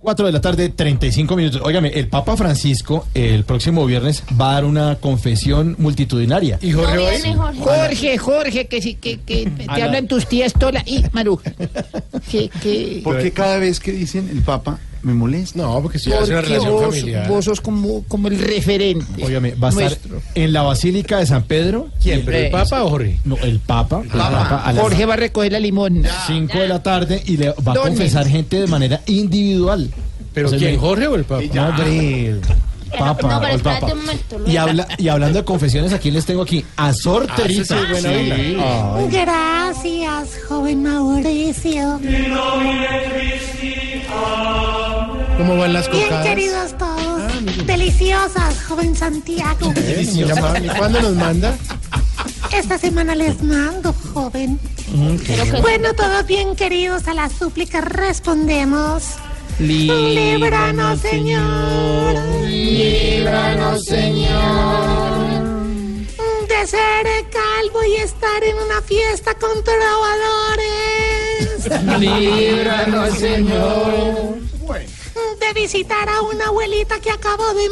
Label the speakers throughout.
Speaker 1: 4 de la tarde, 35 minutos. Óigame, el Papa Francisco el próximo viernes va a dar una confesión multitudinaria.
Speaker 2: ¿Y Jorge hoy?
Speaker 3: Jorge, Jorge, que sí, que, que te
Speaker 1: Ana.
Speaker 3: hablan tus tías Tola y Maruja. Que, que,
Speaker 4: Porque cada vez que dicen el Papa me molesta.
Speaker 2: No, porque si hace una
Speaker 3: porque
Speaker 2: relación
Speaker 3: vos,
Speaker 2: familiar.
Speaker 3: vos sos como, como el referente.
Speaker 1: Óigame, va a estar
Speaker 3: nuestro.
Speaker 1: en la Basílica de San Pedro.
Speaker 2: ¿Quién?
Speaker 1: Y
Speaker 2: ¿Pero el Papa o Jorge?
Speaker 1: No, el Papa. El
Speaker 2: Papa.
Speaker 1: Papa a las
Speaker 3: Jorge va a recoger la limón.
Speaker 1: 5 de la tarde y le va a
Speaker 3: Dones.
Speaker 1: confesar gente de manera individual.
Speaker 2: ¿Pero
Speaker 1: O sea,
Speaker 2: quién,
Speaker 1: me-
Speaker 2: Jorge o el Papa?
Speaker 1: No, hombre, el Papa,
Speaker 5: no, pero
Speaker 1: el
Speaker 5: espérate
Speaker 1: Papa.
Speaker 5: un momento,
Speaker 1: y,
Speaker 5: luego.
Speaker 1: habla, y hablando de confesiones, ¿a quién les tengo aquí? A Sor Teresa.
Speaker 2: Ah, sí es
Speaker 1: Sí.
Speaker 2: buena onda. Ah,
Speaker 1: Ay,
Speaker 6: Gracias, joven Mauricio.
Speaker 2: ¿Cómo van las
Speaker 6: Bien
Speaker 2: cocadas?
Speaker 6: queridos todos. Deliciosas, joven Santiago.
Speaker 2: Bien, muy amable. ¿Cuándo nos manda?
Speaker 6: Esta semana les mando, joven. Bueno, todos bien queridos, a las súplicas respondemos. Líbranos, Señor. Líbranos, Señor. De ser calvo y estar en una fiesta con trovadores.
Speaker 3: Líbranos, Señor.
Speaker 6: de visitar a una abuelita que acabo de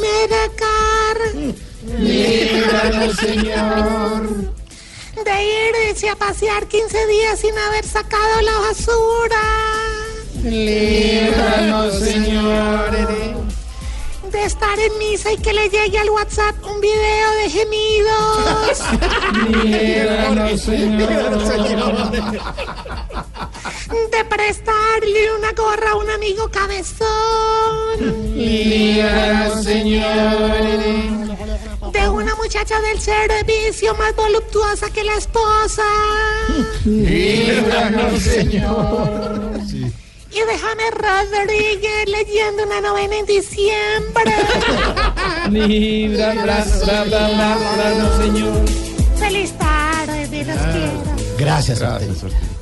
Speaker 6: medicar.
Speaker 3: Líbranos, Señor.
Speaker 6: De irse a pasear 15 días sin haber sacado la basura.
Speaker 3: Líbranos, Señor.
Speaker 6: De estar en misa y que le llegue al WhatsApp un video de gemidos.
Speaker 3: Líbranos,
Speaker 6: De prestarle una gorra a un amigo cabezón. De una muchacha del servicio más voluptuosa que la esposa.
Speaker 3: Líbranos, Señor.
Speaker 6: Y de James Rodríguez leyendo una novena en diciembre.
Speaker 3: Líbranos, Señor.
Speaker 6: Feliz tarde, los quiero.
Speaker 1: Gracias, Sor Teresa.